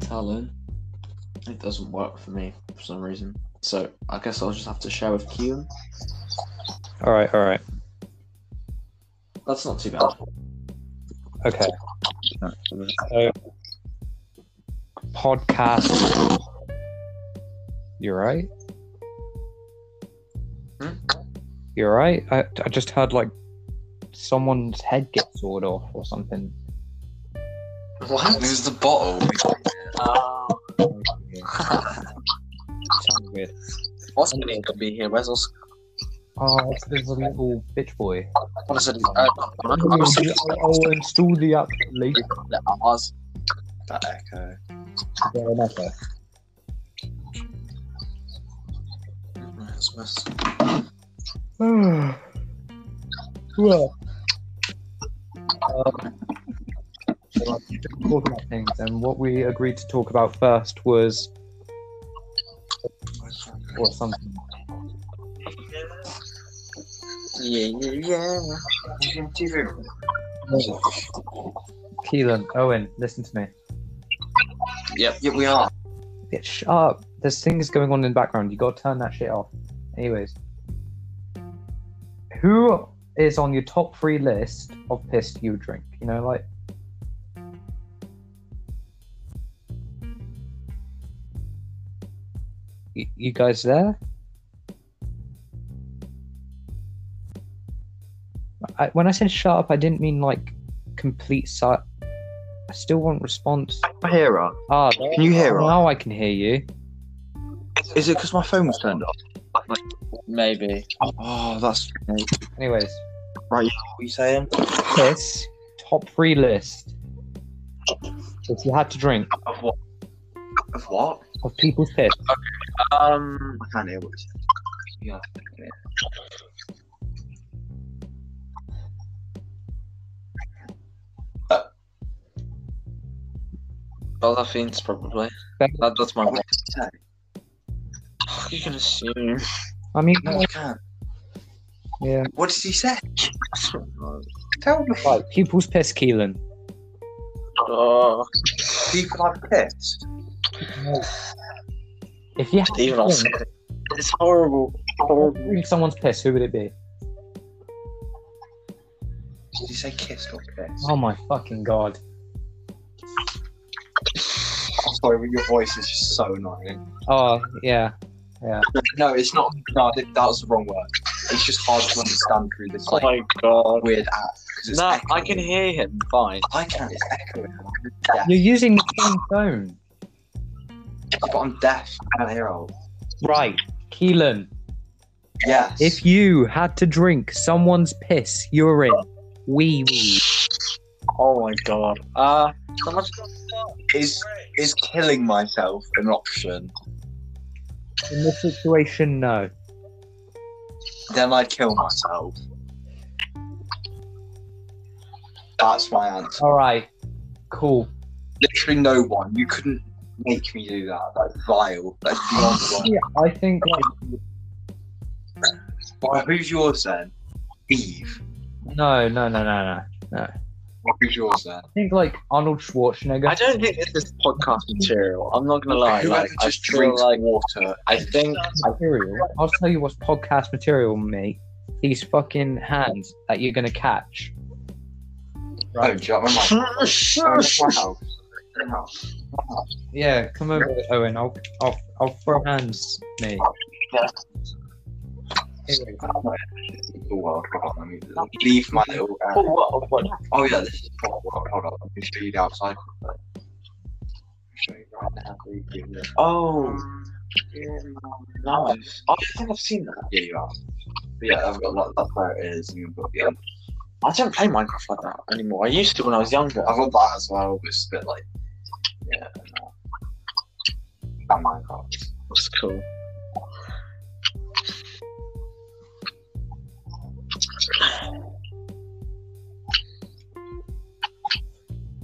Talon. It doesn't work for me for some reason. So I guess I'll just have to share with Keelan. All right, all right. That's not too bad. Okay. So, podcast. You're right. Hmm? You're right. I I just heard like someone's head get sawed off or something. What? There's the bottle. Sounds weird. Oscar ain't gonna be here. Where's Oscar? Oh, it's this little bitch boy. I said, uh, I'm I'll, not sure I'll install the app later. that I was. That echo. Fair enough, though. Christmas. well, um, well, we've been talking about things, and what we agreed to talk about first was or something. Yeah, yeah, yeah. Keelan, Owen, listen to me. Yep, yep, we are. Yeah, shut up. There's things going on in the background. You gotta turn that shit off. Anyways, who is on your top three list of piss you drink? You know, like Y- you guys there? I, when I said shut up, I didn't mean like complete silence. I still want response. I hear her. Ah, Can you hear her? now I can hear you. Is it because my phone was turned off? Maybe. Oh, that's what Anyways, you saying? piss top three list. If you had to drink Of what? Of what? of people's piss, Um, I can't hear what you're Uh, Balafines probably. Ben- That, that's my one. saying. You can assume. I mean, No, I can't. yeah, What did he say? oh, Tell me. right, people's piss, Keelan. Oh, People are pissed. If you had to even I'll say drink, it. It's horrible. Horrible. drink someone's piss, who would it be? Did he say kissed or pissed? Oh my fucking god! I'm sorry, but your voice is just so annoying. Oh yeah, No, it's not. No, that that was the wrong word. It's just hard to understand through this Oh like my god. weird app. 'cause it's No, I echoing. can hear him fine. I can't. It's echoing. I'm deaf. you're using the same phone, But I'm deaf. I can't hear all. right, Keelan? Yes. If you had to drink someone's piss, urine, wee wee, Oh my god. Uh, so much. is is killing myself an option? in this situation, no. Then I kill myself. That's my answer. All right, cool. Literally no one. You couldn't make me do that. That's vile. That's beyond vile. Yeah, I think like Well, who's yours then? Eve. no, no, no, no, no. Well, who's yours then? Oh, I think like Arnold Schwarzenegger. I don't think this is podcast material. I'm not gonna lie. Whoever Like, I just feel drinks like water. I think material. I'll tell you what's podcast material, mate. These fucking hands that you're gonna catch. Oh, do you know what I'm like? Oh, wow. Yeah, come over, Owen. I'll, I'll, I'll throw hands, mate. Anyway, Oh, The world. Hold on, let me leave my little. Uh, Oh yeah, this is proper world. Hold on, let me show you the outside. I'll show you right now. Are you doing this? Oh, No, no. I think I've seen that. yeah, you are. But yeah, I've got like that's where it is. And you've got the end. I don't play Minecraft like that anymore. I used to when I was younger. Oh, I've got that as well. Which is a bit like, yeah. No. That Minecraft. That's cool.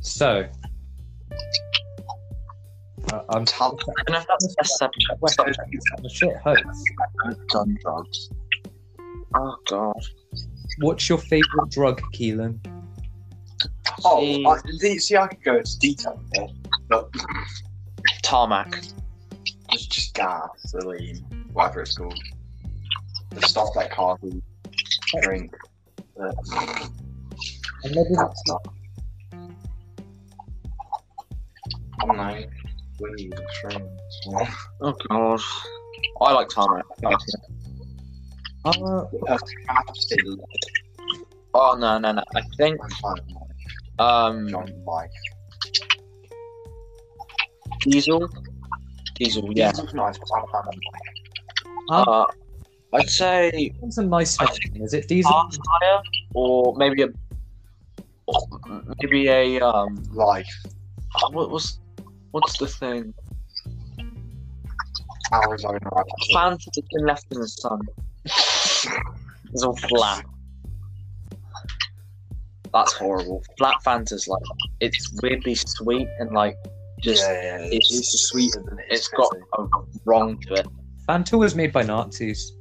so, uh, I'm t- Talent And if that's the best subject, Wait, the shit hurts. done drugs. oh god. What's your favorite drug, Keelan? Oh, Jeez. I, see, I could go into detail here, but tarmac. It's just gasoline, whatever it's called. The stuff that cars eat, drink. uh, And maybe that stuff. Oh no. We need the trains. Oh god. I like tarmac. uh, Absolutely. Oh no no no. I think um John Mike. diesel. Diesel, yeah. It's nice, but I'm fine with Mike. Uh, I'd say what's a nice I one? Is it diesel? half tire or maybe a maybe a um Life, what was what's the thing? Arizona. Fan for the thing left in the sun. It's all flat. That's horrible. Flat Fanta's like it's weirdly sweet and like just yeah, yeah, it's- it's, it's sweeter than it is it's got a wrong to it. Fanta was made by Nazis.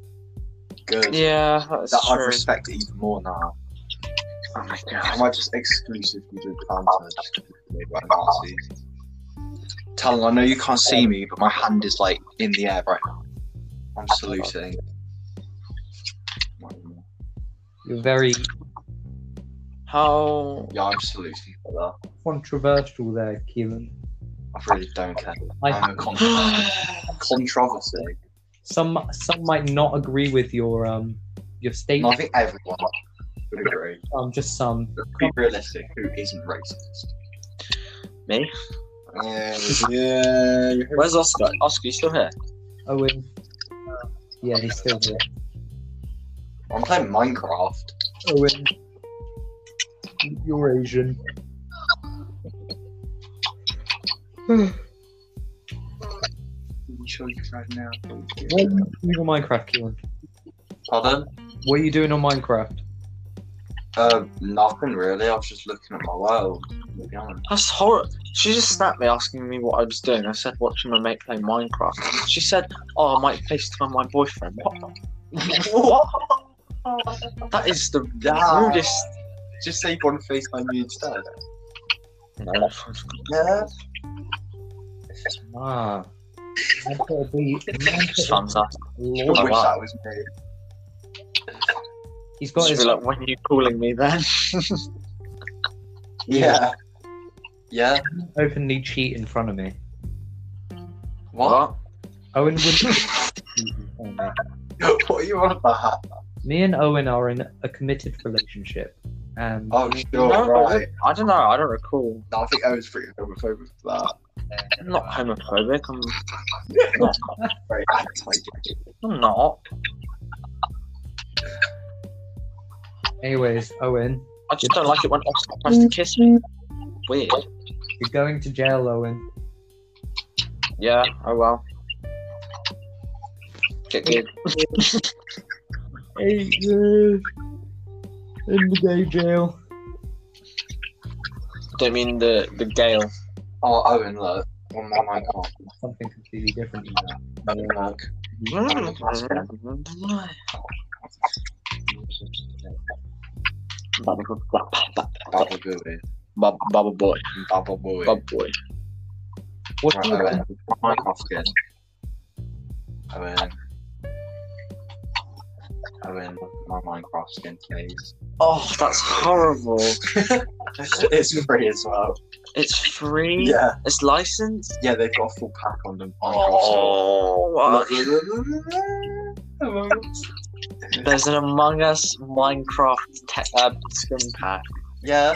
good. Yeah, that's that I true. respect it even more now. Oh my Am god. I just exclusively doing Fanta? just made by Nazis? Talon, I know you can't see me, but my hand is like in the air right now. I'm saluting. You're very How Yeah, I'm saluting for that. controversial there, Keelan. I really don't care. I I'm a con- controversy. some some might not agree with your um your And I statement. think everyone would agree. Um, just some. Let's be realistic. Who isn't racist? me? Yeah, yeah. Where's Oscar? Oscar, you still here? Owen. uh, Yeah, he's still here. I'm playing Minecraft. Owen. You're Asian. What are you doing on Minecraft, Keelan? Pardon? What are you doing on Minecraft? Uh, nothing really. I was just looking at my world. to be honest. That's horrible. She just snapped me asking me what I was doing. I said watching my mate play Minecraft. She said, "Oh, I might FaceTime my boyfriend." What? What? That is the Yeah. rudest. Just say you want to FaceTime me instead. No. Yeah. Ah. I thought it'd be- Just thumbs up. Lord. I Oh, wish wow. that was me. He's got Just his be like, when are you calling me then? Yeah. Yeah. openly cheat in front of me. What? Owen would cheat in front of me. what are you on about? Me and Owen are in a committed relationship, and Oh, sure, No, right. I don't know. I don't recall. No, I think I was pretty homophobic for that. I'm not homophobic. I'm, Very anti-gay. I'm not. anyways, Owen, I just don't like it when Oscar tries to kiss me. Weird. you're going to jail, Owen. Yeah. Oh well. Get good. Eight years in the gay jail. Don't mean the the Gale. Oh, Owen, look. One more Minecraft. Something completely different. than that. Owen, look. Baba Booey. Bubble boy, Baba Booey. bubble boy. What Right, do you Owen. Minecraft again. Owen. Owen, my Minecraft skin, please. Oh, that's horrible. it's free as well. It's free. Yeah, It's licensed. yeah, they've got a full pack on them. Minecraft Oh, uh, Oh. skin. Oh. there's an Among Us Minecraft te- uh, skin pack. yeah,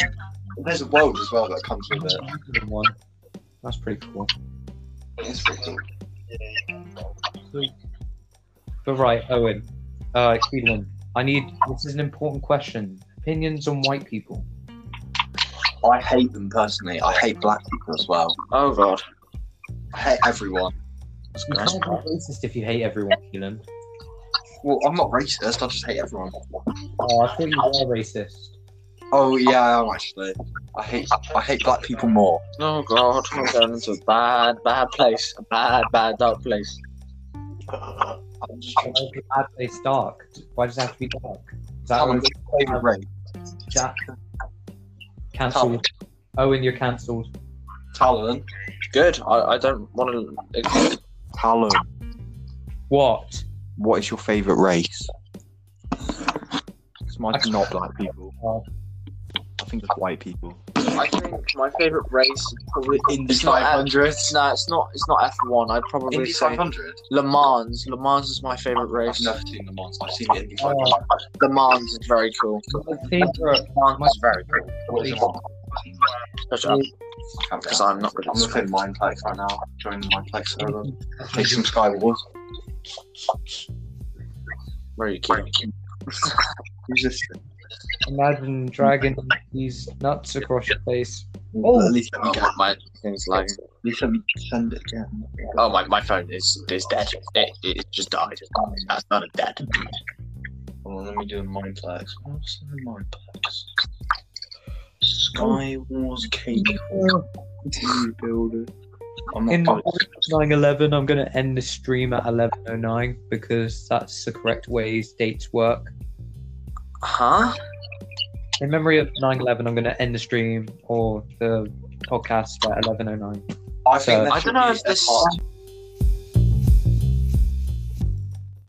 there's a world as well that comes with it. think? One. That's pretty cool. It's pretty cool. But right, Owen, uh, Keelan, I need. This is an important question. Opinions on white people. I hate them personally. I hate black people as well. Oh god. I hate everyone. You can't be racist if you hate everyone, Keelan. Well, I'm not racist. I just hate everyone. Oh, I thought you were racist. Oh yeah, I am actually. I hate I hate black people more. Oh god. I'm going into a bad, bad place. A bad, bad, dark place. I'm just Why is it bad place dark? Why does it have to be dark? Is that Talon, Owen? what's your favourite race? Jack? Cancelled. Owen, you're cancelled. Talon. Good. I, I don't want to. Talon. What? What is your favourite race? It's mine's I- not black people. Oh. I think it's white people. I think my favorite race is probably Indy it's not F- 500. No, it's not. It's not F one. I'd probably Indy say 500? Le Mans. Le Mans is my favorite I've race. never seen the Mons. I've seen the Indy 500. Le Mans is very cool. My favorite. Le Mans is very What is a Mons? cool. Shut up, Because I'm not good I'm at gonna play sport. Mineplex right now. Join the Mineplex server. Play some Skywars. Very cute. Who's this? Imagine dragging these nuts across your face. Oh. At least let me Oh, get. my, At my thing's like. least let me send it again. Oh my, my phone is is dead. It, it just died. That's not a dead. Hold on, let me do a Mineplex. What's the Mineplex? Skywars cake. Continue builder. I'm not In- doing 911 i'm going to end the stream at 1109 because that's the correct way dates work Huh? in memory of 911 i'm going to end the stream or the podcast at 1109 I think So- that I don't should know be if a this- part-